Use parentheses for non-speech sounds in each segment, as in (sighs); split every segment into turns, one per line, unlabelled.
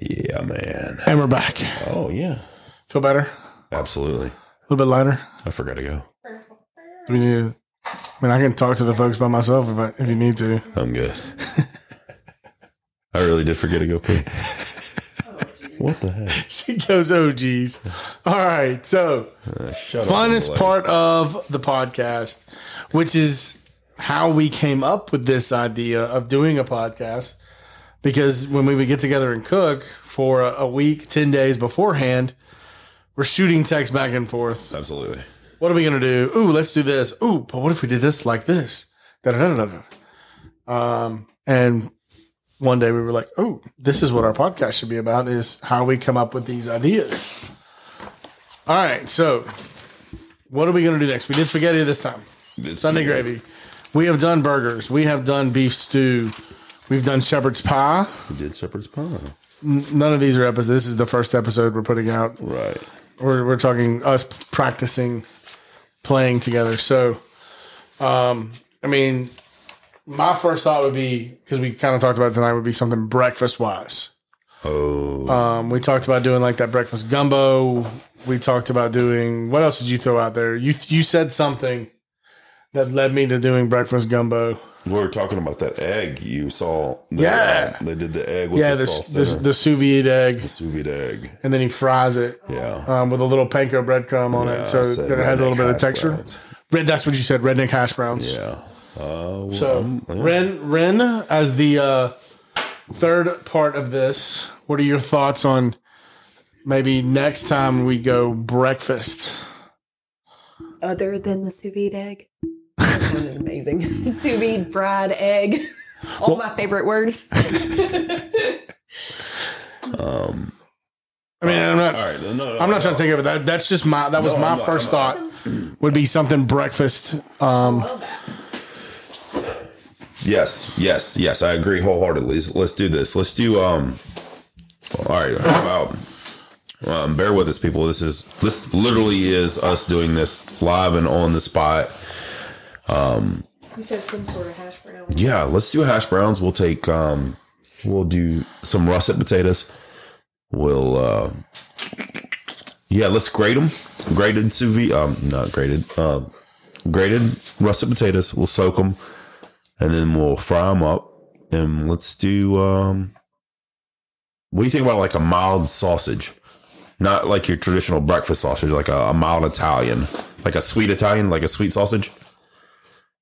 Yeah, man.
And we're back.
Oh yeah,
Feel better?
absolutely.
A little bit lighter?
I forgot to go.
Do we need I mean, I can talk to the folks by myself if, I, if you need to. (laughs)
I'm (laughs) good. I really did forget to go pee. (laughs) what the heck?
She goes, oh, geez. All right. So,
Uh, shut up,
funnest
Blaze.
part of the podcast, which is how we came up with this idea of doing a podcast. Because when we would get together and cook for a, a week, 10 days beforehand, we're shooting texts back and forth.
Absolutely.
What are we going to do? Ooh, let's do this. Ooh, but what if we did this like this? Da-da-da-da-da. Um, and one day we were like, oh, this is what our podcast should be about is how we come up with these ideas. All right. So what are we going to do next? We did spaghetti this time.
It's-
Sunday gravy. We have done burgers. We have done beef stew. We've done shepherd's pie.
We did shepherd's pie.
None of these are episodes. This is the first episode we're putting out.
Right.
We're, we're talking us practicing playing together. So, um, I mean, my first thought would be because we kind of talked about it tonight would be something breakfast wise.
Oh,
Um, we talked about doing like that breakfast gumbo. We talked about doing what else did you throw out there? You you said something that led me to doing breakfast gumbo.
we were talking about that egg you saw. The, uh,
Yeah.
they did the egg with
Yeah,
the
this
sauce
this
in it.
the sous vide egg,
the sous vide egg.
and then he fries it
Yeah.
um, with a little panko breadcrumb on
Yeah,
it,
I
so
said
that it has a
redneck
little bit of
hash
texture.
browns.
Red, that's what you said, redneck hash browns.
Yeah. Uh,
So Ren, Ren, as the uh, third part of this, what are your thoughts on maybe next time we go breakfast?
Other than the sous vide egg. That sounded amazing. (laughs) sous vide fried egg. (laughs) All my favorite words.
um,
I mean, I'm not.
all right. No, no,
I'm not
no.
trying to take over that. That's just my. That was
No,
my
I'm not-
1st
I'm
thought. Would be something breakfast. Um,
Love that.
Yes, yes, yes. I agree wholeheartedly. Let's, let's do this. Let's do. Um. All right. How about? Um, bear with us, people. This is this literally is us doing this live and on the spot.
You said some sort of hash brown.
Yeah, let's do hash browns. We'll take um we'll do some russet potatoes. We'll uh Yeah, let's grate them. Grated sous vide um not grated. Uh, grated russet potatoes. We'll soak them and then we'll fry them up and let's do um what do you think about like a mild sausage? Not like your traditional breakfast sausage, like a, a mild Italian, like a sweet Italian, like a sweet sausage.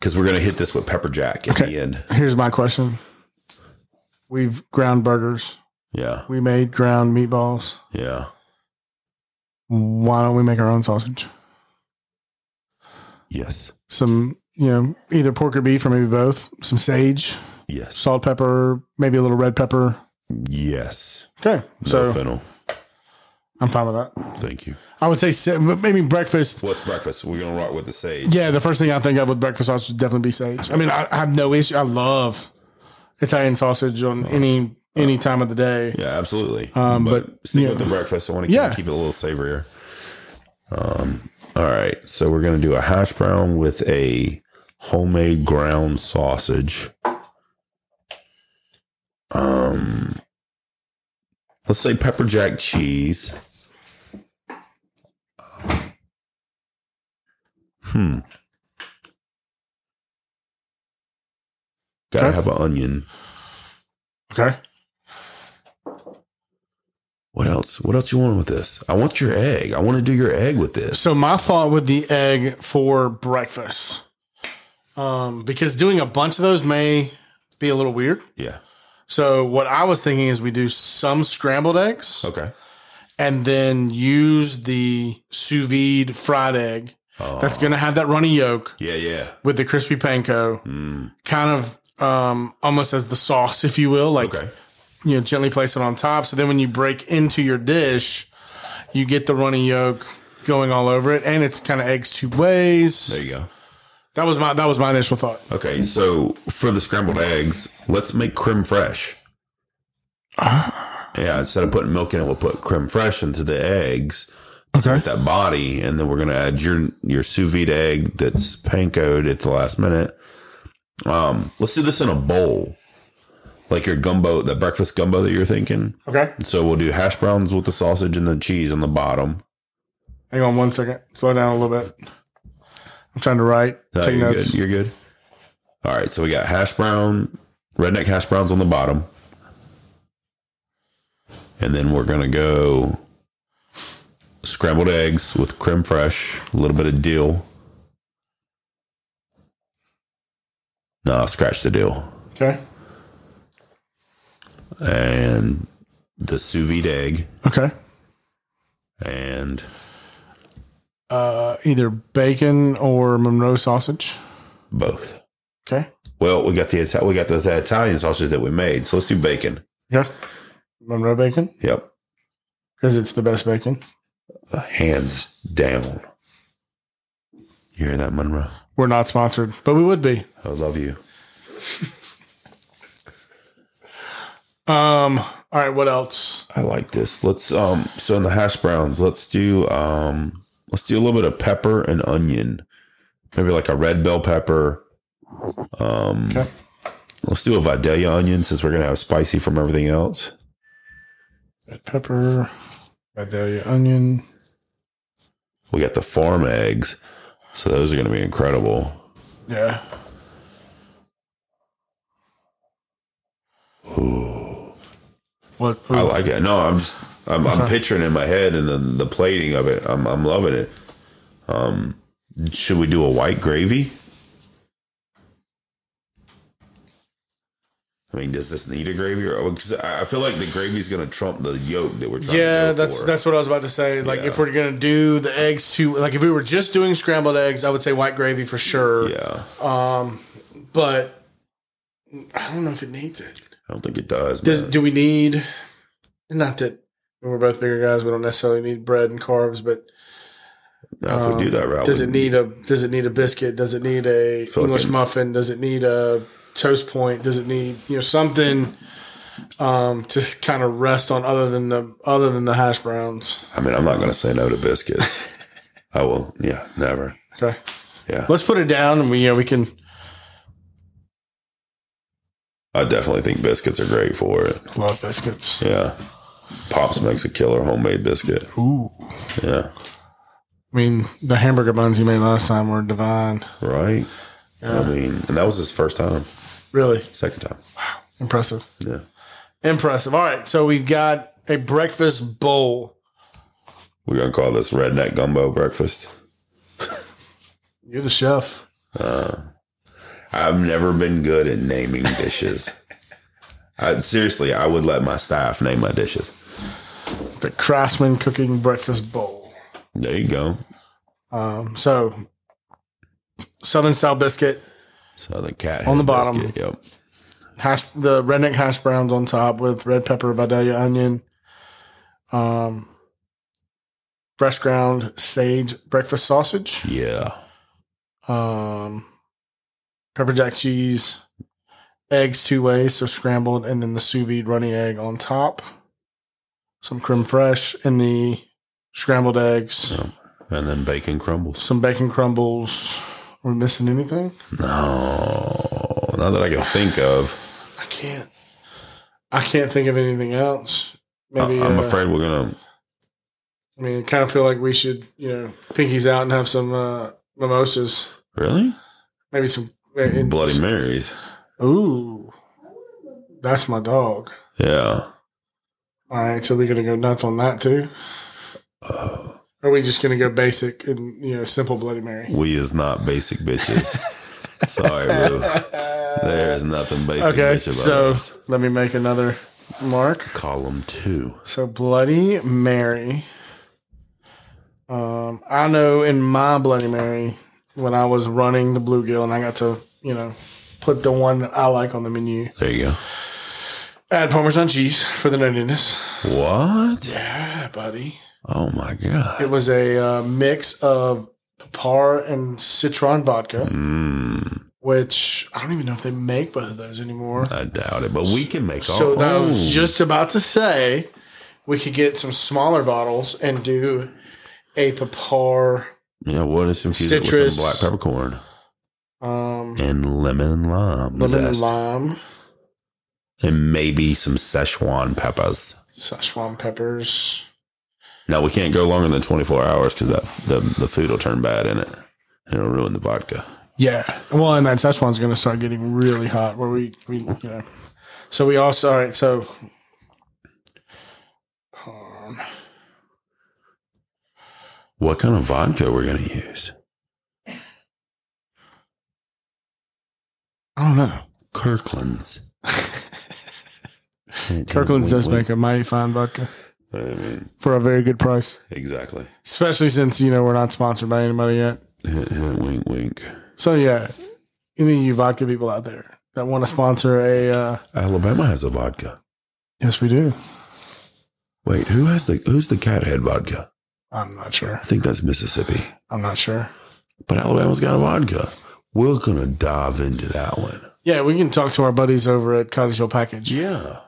Because we're gonna hit this with pepper jack at the end.
here's my question: We've ground burgers.
Yeah,
We made ground meatballs.
yeah.
Why don't we make our own sausage?
Yes.
Some, you know, either pork or beef, or maybe both. Some sage,
Yes.
salt, pepper, maybe a little red pepper.
Yes.
Okay,
no
so
fennel.
I'm fine with that.
Thank you.
I would say sa- maybe breakfast.
What's breakfast? We're gonna rock with the sage.
Yeah, the first thing I think of with breakfast sausage would definitely be sage. I mean, I, I have no issue. I love Italian sausage on any any time of the day.
Yeah, absolutely.
Um, but,
stick
yeah.
with the breakfast. I want to
Yeah.
keep it a little savorier. Um. All right. So we're gonna do a hash brown with a homemade ground sausage. Um. Let's say pepper jack cheese. Hmm. Gotta
Okay.
have an onion.
Okay,
What else? What else you want with this? I want your egg. I want to do your egg with this.
so my thought with the egg for breakfast, um, because doing a bunch of those may be a little weird.
Yeah.
So what I was thinking is we do some scrambled eggs
Okay.
and then use the sous vide fried egg
Oh.
that's going to have that runny yolk
yeah, yeah.
with the crispy panko, kind of um, almost as the sauce, if you will, like
Okay.
you know, gently place it on top. So then when you break into your dish, you get the runny yolk going all over it, and it's kind of eggs two ways.
There you go.
That was my that was my initial thought.
Okay, so for the scrambled eggs, let's make creme fraiche. Yeah, instead of putting milk in it, we'll put creme fraiche into the eggs,
Okay,
that body, and then we're gonna add your your sous vide egg that's pankoed at the last minute. Um, let's do this in a bowl. like your gumbo, that breakfast gumbo that you're thinking.
Okay.
So we'll do hash browns with the sausage and the cheese on the bottom.
Hang on one second. Slow down a little bit. I'm trying to write.
No,
take
you're
notes.
good. You're good. All right. So we got hash brown, redneck hash browns on the bottom. And then we're going to go scrambled eggs with creme fraiche, a little bit of dill. No, scratch the dill.
Okay.
And the sous vide egg.
Okay.
And
Uh, either bacon or Monroe sausage.
both.
Okay.
Well, we got the Ita- we got the, the Italian sausage that we made. So let's do bacon.
Okay. Monroe bacon
Yep.
because it's the best bacon.
hands down. You hear that, Monroe?
We're not sponsored, but we would be.
I love you.
Um. All right. What else?
I like this. Let's um. So in the hash browns, let's do um. Let's do a little bit of pepper and onion. Maybe like a red bell pepper. Um.
Okay.
Let's do a Vidalia onion since we're gonna have spicy from everything else.
Red pepper, Vidalia onion.
We got the farm eggs, so those are gonna be incredible.
Yeah. What?
I like it. No, I'm just I'm,
Uh-huh.
I'm picturing in my head and the the plating of it. I'm I'm loving it. Um, should we do a white gravy? I mean, does this need a gravy? Or 'cause I I feel like the gravy's going to trump the yolk that we're trying. to
Yeah,
go
that's
for.
that's what I was about to say. Like, if we're gonna do the eggs too, like if we were just doing scrambled eggs, I would say white gravy for sure.
yeah.
But I don't know if it needs it.
I don't think it does.
Does,
man.
do we need? Not that we're both bigger guys, we don't necessarily need bread and carbs. But
Now, if we do that route,
Um, Oh, does it
we-
need a does it need a biscuit? Does it need a
Fucking-
English muffin? Does it need a toast point? Does it need you know something? Um, to kind of rest on other than the other than the hash browns.
I mean, I'm not going to say no to
(laughs)
biscuits. I will. Yeah, never.
Okay.
Yeah.
Let's put it down, and we yeah we can.
I definitely think biscuits are great for it.
Love biscuits.
Yeah. Pops makes a killer homemade biscuit.
Ooh.
Yeah.
I mean, the hamburger buns you made last time were divine.
Right. I mean, and that was his first time,
Really
second time.
impressive.
Yeah.
Impressive. All right. So we've got a breakfast bowl.
We're going to call this redneck gumbo breakfast.
You're the chef.
I've never been good at naming
(laughs)
dishes. I, seriously, I would let my staff name my dishes.
The Craftsman Cooking Breakfast Bowl.
There you go.
Um, so, Southern style biscuit,
So the cat
On the
hand
bottom.
biscuit, Yep.
hash, the redneck hash browns on top with red pepper, Vidalia onion, um, fresh ground sage breakfast sausage.
Yeah.
um, pepper jack cheese, eggs two ways, so scrambled, and then the sous vide runny egg on top, some creme fraiche in the scrambled eggs,
Yep. And then bacon crumbles.
some bacon crumbles. Are we missing anything?
No, not that I can think of.
I can't. I can't think of anything else.
I-
(sighs) Maybe
I'm
uh,
afraid we're going to.
I mean, I kind of feel like we should, you know, pinkies out and have some uh, mimosas.
Really?
Maybe some and-
Bloody Marys.
Ooh, that's my dog.
Yeah.
All right, so we're gonna go nuts on that too.
Uh,
Or are we just gonna go basic and you know simple Bloody Mary?
We is not basic bitches. Sorry, boo. There is nothing basic
Okay,
bitch about
so
us.
let me make another mark.
Column two.
So Bloody Mary. Um, I know in my Bloody Mary when I was running the bluegill and I got to you know put the one that I like on the menu.
There you go.
Add Parmesan cheese for the nuttiness.
What?
Yeah, buddy.
Oh my god.
It was a uh, mix of Papar and Citron vodka.
Mm,
which I don't even know if they make both of those anymore.
I doubt it, but we can make our
So that I
own.
was just about to say we could get some smaller bottles and do a papar.
yeah, what is infused with
Citrus.
some black peppercorn
Um,
and lemon lime
lemon and
zest.
lime.
and maybe some Szechuan peppers.
Szechuan peppers.
Now we can't go longer than 24 hours because the the food will turn bad in it and it'll ruin the vodka.
Yeah. Well, and that Szechuan's going to start getting really hot. Where we we you know. So we also all right. So. Um,
What kind of vodka we're gonna use?
I don't know.
Kirkland's.
Kirkland's does make a mighty fine vodka
I mean,
for a very good price,
exactly.
especially since you know we're not sponsored by anybody yet.
wink, wink.
So yeah, any of you vodka people out there that want to sponsor a? Uh,
Alabama has a vodka.
yes, we do.
Wait, who has the who's the Cathead vodka?
I'm not sure.
I think that's Mississippi,
I'm not sure.
but Alabama's got a vodka. We're gonna dive into that one.
Yeah, we can talk to our buddies over at Cottageville Package
Yeah.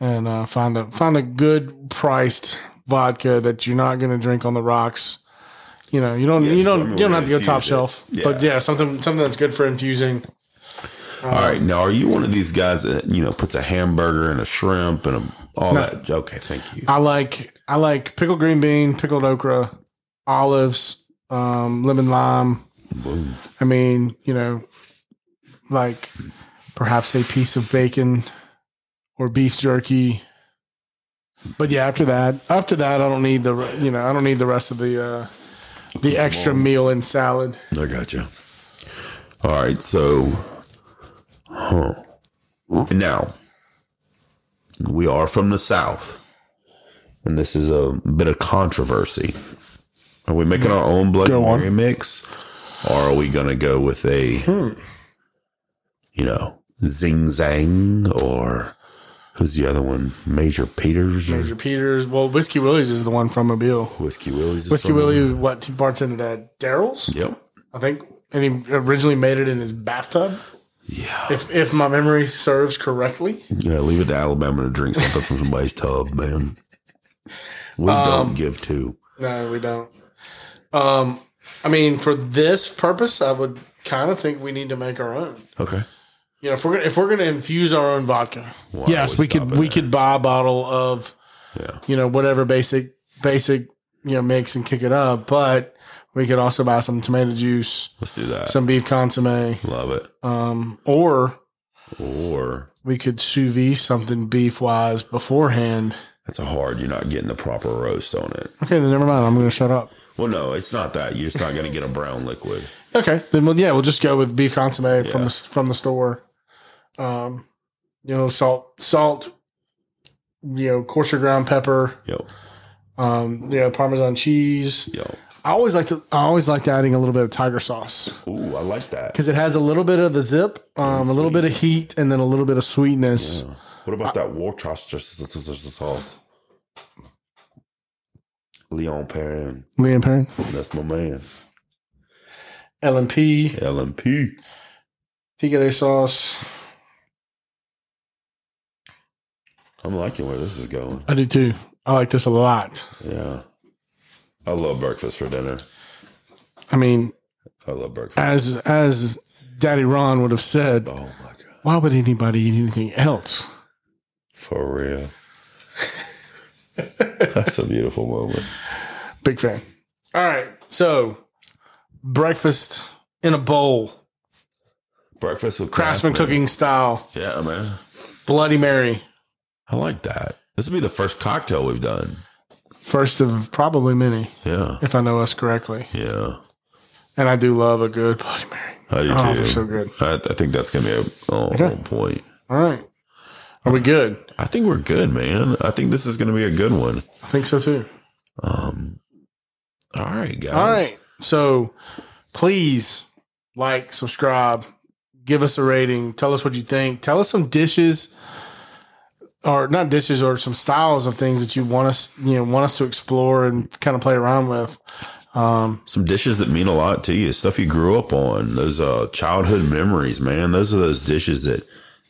and uh, find a find a good priced vodka that you're not going to drink on the rocks. You know, you don't
Yeah, just
you don't
something
you don't
where
have to
you
go top
infuse it.
shelf,
Yeah.
but yeah, something something that's good for infusing.
All right. Now, are you one of these guys that you know puts a hamburger and a shrimp and a, all
No.
that? Okay, thank you.
I like I like pickled green bean, pickled okra, olives, um, lemon lime.
Boom.
I mean, you know, like perhaps a piece of bacon or beef jerky. But yeah, after that, after that, I don't need the re- you know I don't need the rest of the uh, the extra meal and salad.
I got you. All right. So, huh. now we are from the South, and this is a bit of controversy. Are we making our own Bloody
Go on.
Mary mix, or are we going to go with a,
Hmm.
you know, Zing Zang or who's the other one? Major Peters? or-
Major Peters. Well, Whiskey Willie's is the one from Mobile.
Whiskey Willie's. is
Whiskey
from-
Willie, what he bartended at Daryl's,
Yep.
I think, and he originally made it in his bathtub.
Yeah.
If if my memory serves correctly,
Yeah. Leave it to Alabama to drink something from somebody's tub, man. We don't give two.
No, we don't. Um, I mean, for this purpose, I would kind of think we need to make our own.
Okay.
You know, if we're gonna, if we're going to infuse our own vodka,
Why
yes,
would
we
stop
could
it
we
there?
could buy a bottle of,
Yeah.
you know, whatever basic basic you know mix and kick it up. But we could also buy some tomato juice,
Let's do that.
some beef consomme,
Love it.
um, or
Or
we could sous vide something beef wise beforehand.
that's a hard. You're not getting the proper roast on it.
Okay, then never mind. I'm going to shut up.
Well, no, it's not that. You're just not going to get a brown liquid.
Okay, then we'll, yeah, we'll just go with beef consomme from
Yeah.
the from the store. Um, you know, salt, salt, you know, coarser ground pepper,
Yo,
um, you know, parmesan cheese.
yo.
I always like to I always liked adding a little bit of tiger sauce
Ooh, I like that.
because it has a little bit of the zip, um, a little bit of heat, and then a little bit of sweetness.
What about that Worcestershire sauce? Leon Perrin.
Liam Perrin,
That's my man.
LMP,
LMP.
tigre sauce.
I'm liking where this is going.
I do too. I like this a lot.
Yeah. I love breakfast for dinner.
I mean,
I love breakfast.
as as Daddy Ron would have said,
Oh my god.
why would anybody eat anything else?
For
(laughs)
real. That's a beautiful moment.
Big fan. All right. So, breakfast in a bowl,
Breakfast with
craftsman cooking style,
Yeah, man.
Bloody Mary.
I like that. This will be the first cocktail we've done.
First of probably many,
Yeah.
if I know us correctly.
Yeah.
And I do love a good Bloody Mary.
I do
Oh,
too.
they're so good.
I, I think that's gonna be a oh, on point.
All right. Are we good?
I think we're good, man. I think this is gonna be a good one.
I think so too.
Um all right, guys.
All right. So, please like, subscribe, give us a rating, tell us what you think, tell us some dishes or not dishes or some styles of things that you want us, you know, want us to explore and kind of play around with. Um,
some dishes that mean a lot to you, stuff you grew up on, those uh, childhood memories, man. Those are those dishes that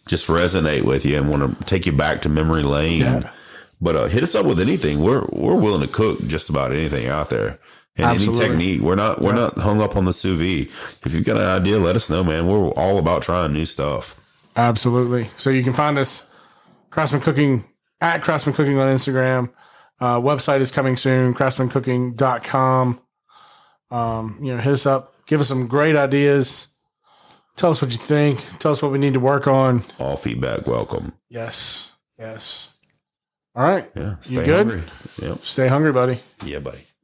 just resonate with you and want to take you back to memory lane. But uh, hit us up with anything. We're we're willing to cook just about anything out there. And
Absolutely.
any technique. We're not we're not hung up on the sous vide. If you've got an idea, let us know, man. We're all about trying new stuff.
absolutely. So you can find us Craftsman Cooking at Craftsman Cooking on Instagram. Uh, website is coming soon, craftsmancooking.com. Um, you know, hit us up, give us some great ideas. Tell us what you think. Tell us what we need to work on.
All feedback welcome.
Yes. Yes. All right.
Yeah.
You good?
Yep.
Stay hungry, buddy.
Yeah, buddy.